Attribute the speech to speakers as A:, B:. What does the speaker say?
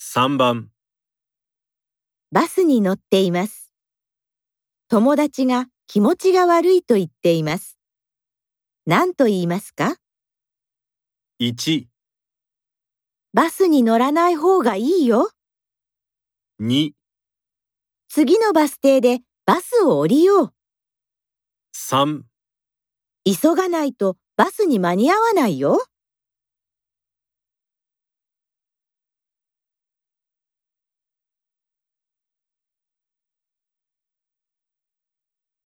A: 3番
B: バスに乗っています。友達が気持ちが悪いと言っています。何と言いますか
A: 1、
B: バスに乗らない方がいいよ。
A: 2、
B: 次のバス停でバスを降りよう。
A: 3
B: 急がないとバスに間に合わないよ。